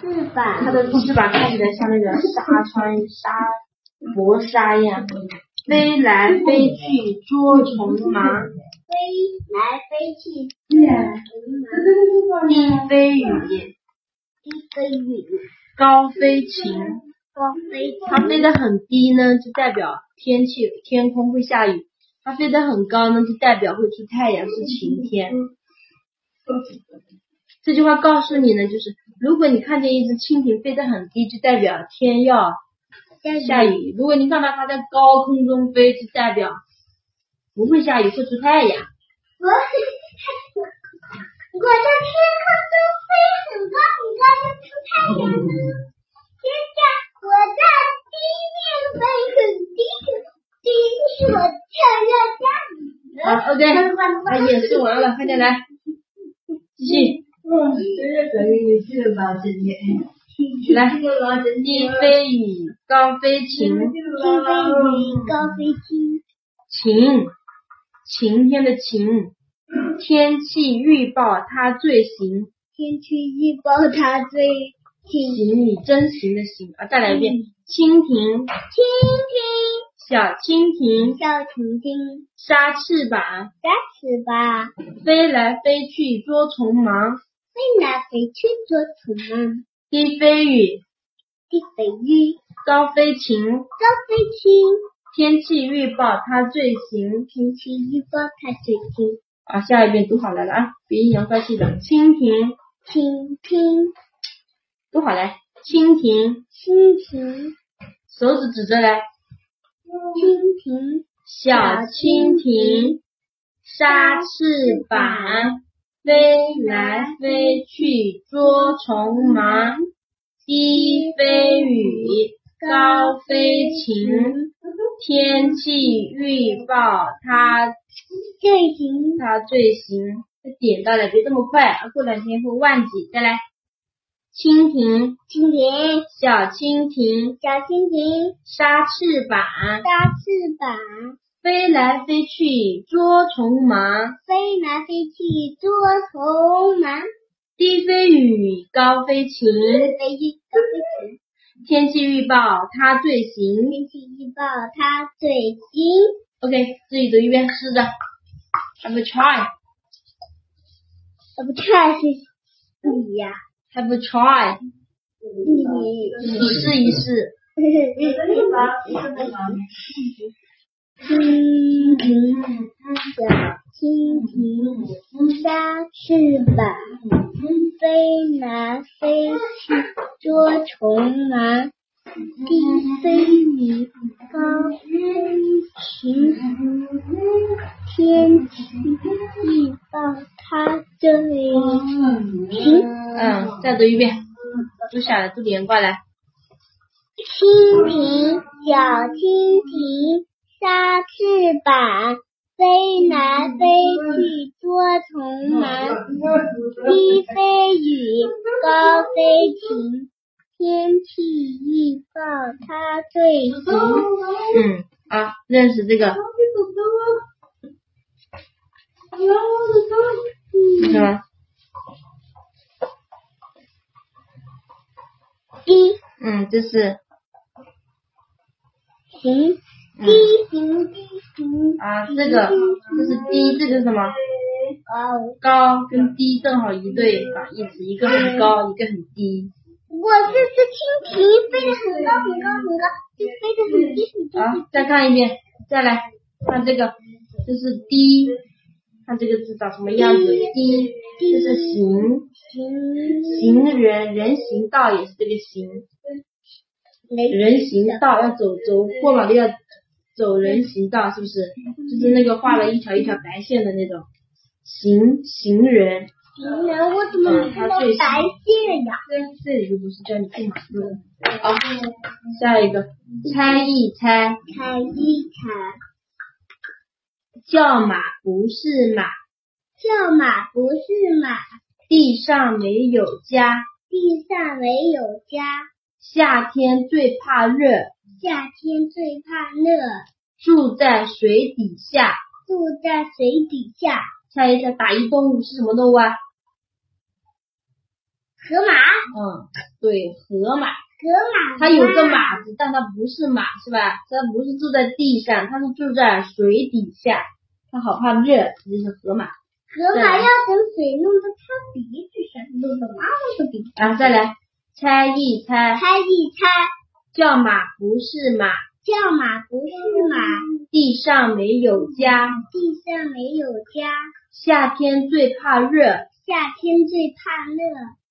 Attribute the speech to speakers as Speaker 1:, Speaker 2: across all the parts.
Speaker 1: 翅膀
Speaker 2: 它的翅膀看起来像那个纱窗、纱薄纱一样。飞来飞去捉虫忙，
Speaker 1: 飞来飞去，
Speaker 2: 低飞雨，
Speaker 1: 一个雨
Speaker 2: 高飞晴。
Speaker 1: 高飞
Speaker 2: 它飞得很低呢，就代表天气天空会下雨；它飞得很高呢，就代表会出太阳，是晴天。这句话告诉你呢，就是如果你看见一只蜻蜓飞得很低，就代表天要下雨；如果你看到它在高空中飞，就代表不会下雨，会出太阳。
Speaker 1: 我我在天空中飞很高很高，就出太阳了。天下我在地面飞很低很低，是我
Speaker 2: 好
Speaker 1: 跳到家里了。
Speaker 2: ，OK，把啊演示完了，快点来，继续。
Speaker 3: 我们这是属于是吧？今天
Speaker 2: 来，低飞雨，高飞晴，
Speaker 1: 天飞云高飞机，
Speaker 2: 晴，晴天的晴，天气预报它最行，
Speaker 1: 天气预报它最近。
Speaker 2: 行你真行的行啊，再来一遍，蜻蜓，
Speaker 1: 蜻蜓
Speaker 2: 小蜻蜓，
Speaker 1: 小蜻蜓，
Speaker 2: 沙翅膀，
Speaker 1: 打死吧，
Speaker 2: 飞来飞去捉虫忙，
Speaker 1: 飞来飞去捉虫忙。
Speaker 2: 低飞雨，
Speaker 1: 地北玉，
Speaker 2: 高飞晴，
Speaker 1: 高飞青，
Speaker 2: 天气预报它最行
Speaker 1: 天气预报它最近。
Speaker 2: 啊，下一遍读好来了啊，鼻音扬快气的，蜻蜓，
Speaker 1: 蜻蜓，
Speaker 2: 读好来，蜻蜓，
Speaker 1: 蜻蜓，
Speaker 2: 手指指着来，
Speaker 1: 蜻蜓，
Speaker 2: 小蜻蜓，沙翅膀，飞来飞去捉虫
Speaker 1: 嗯
Speaker 2: 忙，低飞雨，高飞晴，天气预报它
Speaker 1: 最近。
Speaker 2: 它最行。点到了，别这么快，啊过两天会忘记。再来，蜻蜓，
Speaker 1: 蜻蜓，
Speaker 2: 小蜻蜓，
Speaker 1: 小蜻蜓，
Speaker 2: 沙翅膀，
Speaker 1: 大翅膀，
Speaker 2: 飞来飞去捉虫忙。
Speaker 1: 飞来飞去捉虫忙。
Speaker 2: 低飞雨，高飞晴。
Speaker 1: 飞玉高飞晴，
Speaker 2: 天气预报它最行。
Speaker 1: 天气预报它最近。
Speaker 2: OK，自己读一遍，试着。Have a try,
Speaker 1: 我呃不看是你呀，
Speaker 2: have a try，
Speaker 1: 你。
Speaker 2: 你试一试。
Speaker 1: 嗯蜻蜓，小蜻蜓，沙翅膀，飞来飞去捉虫忙。低飞雨，高飞晴，天气预报它这里晴。
Speaker 2: 嗯，再读一遍，读下来，读连贯来。嗯
Speaker 1: 蜻蜓，小蜻蜓，沙翅膀，飞来飞去捉虫忙。低飞雨，高飞晴，天气预报它最行。
Speaker 2: 嗯，啊，认识这个，是吧？
Speaker 1: 低
Speaker 2: 嗯，这是
Speaker 1: 行，低行，低行。
Speaker 2: 嗯啊，这个这是低，这个是什么？
Speaker 1: 哦，
Speaker 2: 高跟低正好一对反义词，一个很高，一个很低。
Speaker 1: 我这只蜻蜓飞得很高很高很高，就飞得很低很低。
Speaker 2: 好，再看一遍，再来看这个，这是低，看这个字长什么样子？低，这是行，
Speaker 1: 行，
Speaker 2: 行人人行道也是这个行，
Speaker 1: 雷
Speaker 2: 人行道要走走过马路要走人行道，是不是？就是那个画了一条一条白线的那种行行人。
Speaker 1: 行人，我怎么每次都白线呀？
Speaker 2: 这里就不是叫你过马路。好，下一个，猜一猜，
Speaker 1: 看一看，
Speaker 2: 叫马不是马，
Speaker 1: 叫马不是马，
Speaker 2: 地上没有家。
Speaker 1: 地上没有家，
Speaker 2: 夏天最怕热，
Speaker 1: 夏天最怕热，
Speaker 2: 住在水底下。
Speaker 1: 住在水底下。
Speaker 2: 猜一下，打一动物是什么动物啊？
Speaker 1: 河马，
Speaker 2: 嗯，对，河马，
Speaker 1: 河马
Speaker 2: 它有个马字，但它不是马，是吧？它不是住在地上，它是住在水底下，它好怕热，这就是河马。
Speaker 1: 河马要等水弄到它鼻子上，弄到妈妈的鼻子。
Speaker 2: 啊，再来猜一猜，
Speaker 1: 猜一猜，
Speaker 2: 叫马不是马，
Speaker 1: 叫马不是马，
Speaker 2: 地上没有家，
Speaker 1: 地上没有家，
Speaker 2: 夏天最怕热，
Speaker 1: 夏天最怕热，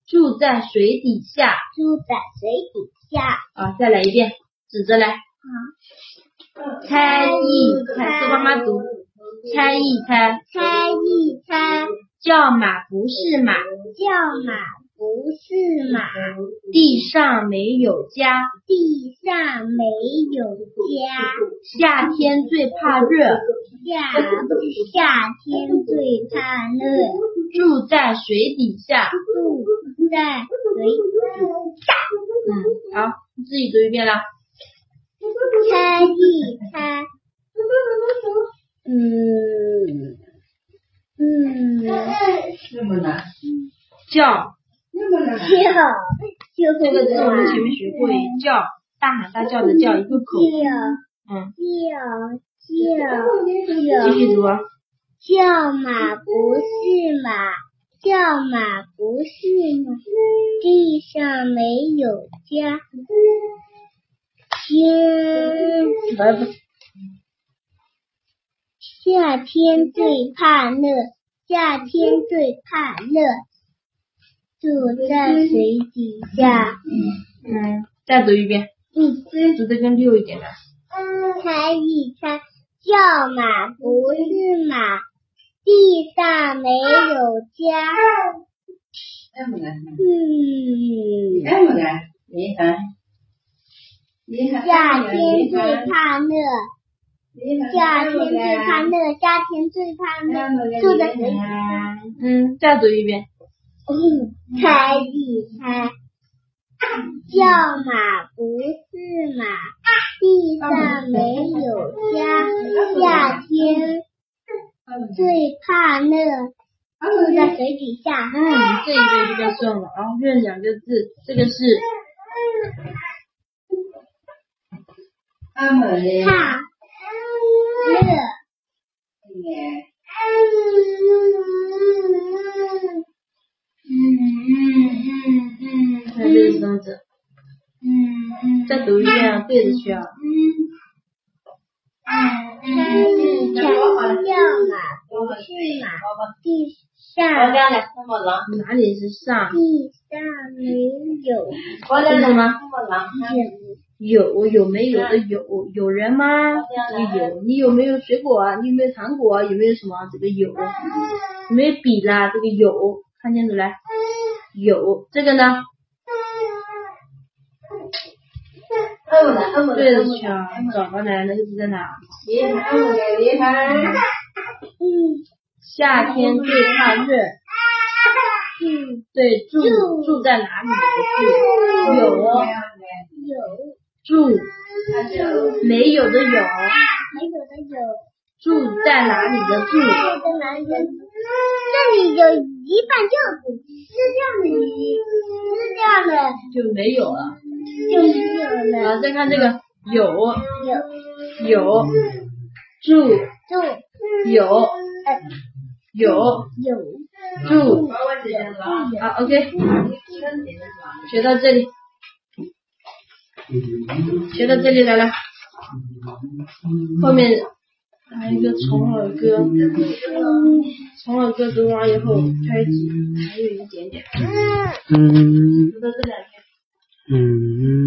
Speaker 2: 住在水底下。
Speaker 1: 住在水底下。
Speaker 2: 啊，再来一遍，指着来，猜一猜，说妈妈读，猜一猜，
Speaker 1: 猜一猜，
Speaker 2: 叫马不是马，
Speaker 1: 叫马不是马，
Speaker 2: 地上没有家，
Speaker 1: 地上没有家，
Speaker 2: 夏天最怕热，
Speaker 1: 夏夏天最怕热，
Speaker 2: 住在水底下。
Speaker 1: 住在水底下。
Speaker 2: 嗯
Speaker 1: 嗯哦
Speaker 2: 好，你自己读一遍了。
Speaker 1: 猜一猜，嗯嗯，
Speaker 3: 那么难，
Speaker 2: 叫，
Speaker 3: 那么难，
Speaker 1: 跳就
Speaker 2: 这
Speaker 1: 会
Speaker 2: 个字我
Speaker 1: 啊
Speaker 2: 们前面学过，
Speaker 1: 嗯
Speaker 2: 叫，大喊大叫的叫，一个口，嗯，
Speaker 1: 跳跳
Speaker 2: 继
Speaker 1: 跳
Speaker 2: 续读啊。
Speaker 1: 叫马不是马，叫马不是马，地上没有家。 天
Speaker 2: 来吧，
Speaker 1: 夏天最怕热，夏天最怕热，住在水底下。
Speaker 2: 嗯，再读一遍，
Speaker 1: 嗯，
Speaker 2: 读的更溜一点的。
Speaker 1: 猜一猜，叫马不是马，地上没有家。
Speaker 3: 那么难，
Speaker 1: 嗯，
Speaker 3: 那么难，你喊，你喊，
Speaker 1: 夏天最怕热，
Speaker 3: 你喊，
Speaker 1: 夏天最怕热，夏天最怕
Speaker 3: 那
Speaker 1: 热
Speaker 3: 么，难，
Speaker 1: 住在水底下。
Speaker 3: 下。
Speaker 2: 嗯，再读一遍。
Speaker 1: 猜一猜，叫马不是马，地上没有家，夏天最怕热，住在水底下。
Speaker 2: 嗯，这一个就叫顺了。然后认两个字，这个是
Speaker 3: 那么
Speaker 1: 怕
Speaker 3: 难，
Speaker 1: 热，
Speaker 2: 看这个是什么字？再读一遍啊，对着学啊。
Speaker 1: 猜一猜，叫马不是马，地上
Speaker 2: 哪里是上？
Speaker 1: 地上没有
Speaker 2: 听懂吗？
Speaker 1: 人。
Speaker 2: 有有没有的有有人吗？这个有，你有没有水果啊？你有没有糖果啊？有没有什么？这个有，啊有没有笔啦？这个有，看清楚来，有这个呢？对着学啊，找过来那个字在哪？
Speaker 1: 嗯。
Speaker 2: 夏天最怕热，对，住
Speaker 1: 住
Speaker 2: 住在哪里的住？有哦，
Speaker 1: 有，
Speaker 2: 住没有的有，
Speaker 1: 没有的有，
Speaker 2: 住在哪里的住？
Speaker 1: 爱的男人，这里有一半这样子，是这样的，是这样的，
Speaker 2: 就没有啊了。
Speaker 1: 就没有
Speaker 2: 然
Speaker 1: 了。
Speaker 2: 后再看这个有
Speaker 1: 有
Speaker 2: 有住
Speaker 1: 住
Speaker 2: 有
Speaker 1: 呃
Speaker 2: 有
Speaker 1: 有
Speaker 2: 住啊，OK，学到这里，学到这里来了。后面还有一个虫儿歌，虫儿歌读完以后开始还有一点点，
Speaker 1: 嗯
Speaker 4: 嗯
Speaker 2: 读到这两天。
Speaker 4: 嗯。